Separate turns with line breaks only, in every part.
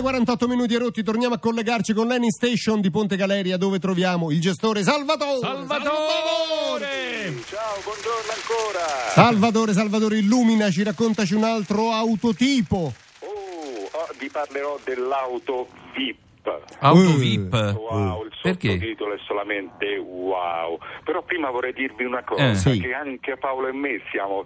9.48 minuti erotti, torniamo a collegarci con Lenin Station di Ponte Galeria dove troviamo il gestore Salvatore!
Salvatore!
Ciao, buongiorno ancora.
Ah. Salvatore, Salvatore, illuminaci, raccontaci un altro autotipo.
Oh, oh, vi parlerò dell'auto VIP.
Eh. Oh,
Auto VIP.
Wow, il
Oh. Perché?
sottotitolo è solamente wow. Però prima vorrei dirvi una cosa,
Eh.
Sì.
che anche Paolo e me siamo,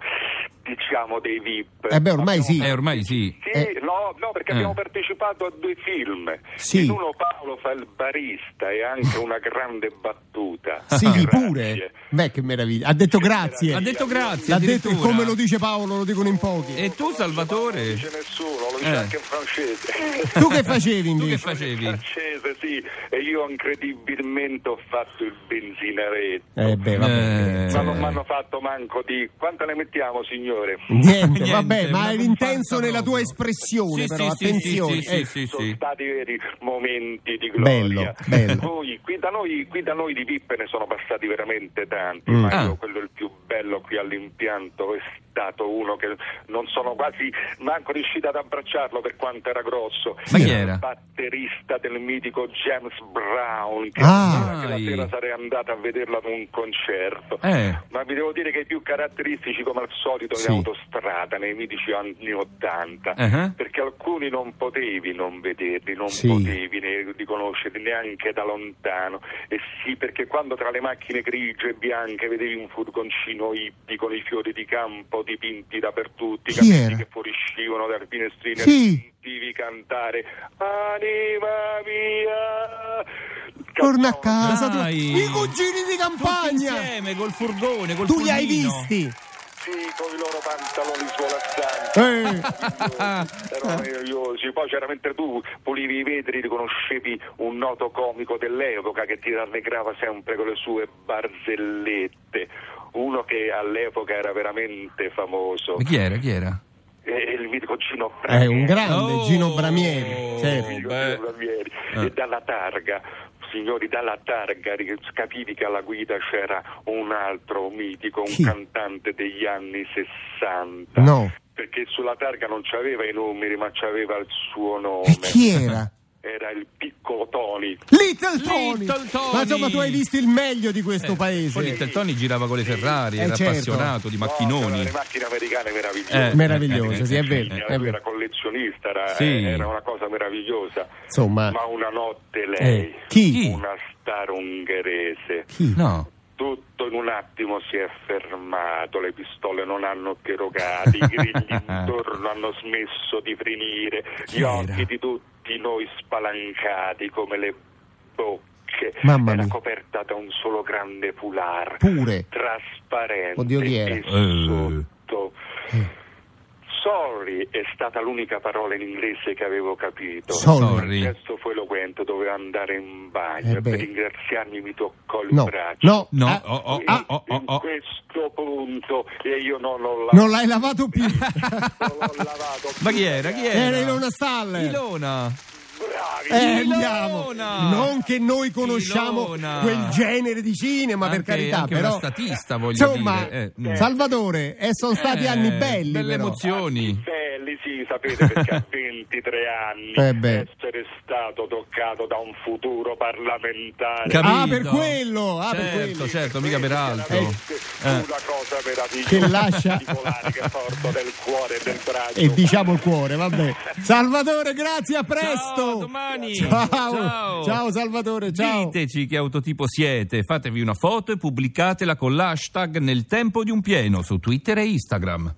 diciamo, dei VIP.
Eh beh, ormai sì.
Eh, ormai sì.
Sì,
Eh.
no, no, perché
Eh.
abbiamo partecipato a due film.
Sì.
In uno Paolo fa il barista e anche una grande battuta.
Sì,
Grazie.
pure. Beh, che meraviglia. Ha detto grazie.
Ha detto Eh, grazie.
L'ha detto
addirittura. Eh.
come lo dice Paolo, lo dicono in pochi.
E tu,
Non
Salvatore?
dice nessuno, lo dice
Eh.
anche in francese.
Tu che facevi
Tu che
invece?
facevi?
francese, sì, e io incredibilmente ho fatto il benzinaretto.
Eh beh, vabbè.
Eh.
Ma non mi hanno fatto manco di quanto ne mettiamo, signore?
Niente,
Niente,
vabbè, ma
una
eri intenso
comparsa
nella tua
proprio.
espressione,
Sì,
però
sì, sì,
attenzione.
sì, sì,
eh.
sì,
Sono
sì.
stati veri momenti di gloria.
Bello, bello.
Voi, qui, da noi, qui da noi di VIP ne sono passati veramente tanti,
Mm.
ma io
Ah.
quello il più bello qui all'impianto è stato uno che non sono quasi manco riuscito ad abbracciarlo per quanto era grosso.
Ma chi era?
Il batterista del mitico James Brown che
Ah.
che la
Ai.
sera sarei andato a vederlo ad un concerto.
Eh.
Ma vi devo dire che i più caratteristici, come al solito,
Sì.
in autostrada nei mitici anni 80
Ah.
perché alcuni non potevi non vederli, non
Sì.
potevi ne- riconoscerli neanche da lontano. E sì, perché quando tra le macchine grigie e bianche vedevi un furgoncino ippi con i fiori di campo dipinti dappertutto, i
Chi
cappelli
era?
che fuoriuscivano dal finestrino
Chi?
e sentivi cantare Anima mia!
Torna a
Cantavano-
casa. tu-
Dai.
I cugini di
Tutti
campagna.
insieme, col furgone, col
Tu li hai
pulmino.
visti?
Sì, con i loro pantaloni svolazzanti.
Eh.
Erano meravigliosi. Poi c'era mentre tu pulivi i vetri, riconoscevi un noto comico dell'epoca che ti rallegrava sempre con le sue barzellette. Uno che all'epoca era veramente famoso.
Ma chi era? Chi era?
È il mitico Gino
È un
Bramieri.
grande
Oh.
Gino Bramieri. certo.
Sì,
Beh.
Bramieri.
Eh.
E dalla targa, signori, dalla targa ri- capivi che alla guida c'era un altro mitico, un
Chi?
cantante degli anni 60.
No.
Perché sulla targa non c'aveva i numeri, ma c'aveva il suo
Oh,
nome.
E chi era?
Era il piccolo Tony.
Little Tony.
Little Tony!
Ma insomma, tu hai visto il meglio di questo
Eh,
paese.
Poi Little Tony girava con le Ferrari,
Eh,
era
certo.
appassionato di macchinoni.
No, le macchine americane meravigliose.
Eh,
Meraviglioso, sì, è vero.
Era,
è vero.
collezionista, era,
Sì.
era una cosa meravigliosa.
Insomma,
Ma una notte
eh,
lei,
chi?
una star ungherese,
Chi?
No.
tutto in un attimo si è fermato, le pistole non hanno più rogati, i grilli intorno hanno smesso di frinire,
Chi
gli
era?
occhi di tutti noi spalancati come le bocche,
Mamma
era
mia.
coperta da un solo grande foulard,
Pure.
trasparente
Oddio, chi era?
e
Eh.
sotto. Sorry è stata l'unica parola in inglese che avevo capito.
Sorry.
Il resto fu eloquente, dovevo andare in bagno
Eh
e
beh.
per ringraziarmi mi toccò il
No,
braccio.
no,
No,
ah,
oh, oh,
Quindi,
oh, oh, oh,
in
oh.
questo punto e io non ho la-
non l'hai lavato più.
Eh,
non l'ho lavato.
Ma chi era? Chi era?
Era Ilona Staller.
Ilona.
Bravi.
Eh,
Ilona!
andiamo. Non che noi conosciamo
Ilona!
quel genere di cinema, per
Anche-
carità,
anche
però.
una statista, voglio
Insomma,
dire, eh, mm.
Salvatore, eh, sono stati
Eh,
anni belli.
Belle
però.
emozioni.
Belli, Ah, sì, sapete perché a 23 anni
Eh beh.
essere stato toccato da un futuro parlamentare
Capito.
Ah, per quello, ah, per quello.
Certo, certo, mica per altro.
Eh.
Eh.
una cosa meravigliosa
Che lascia-
particolare che porto del cuore e del braccio
E diciamo il cuore, vabbè. Salvatore, grazie, a presto.
Ciao, domani.
Ciao.
Ciao.
Ciao, Salvatore, ciao.
Diteci che autotipo siete, fatevi una foto e pubblicatela con l'hashtag nel tempo di un pieno su Twitter e Instagram.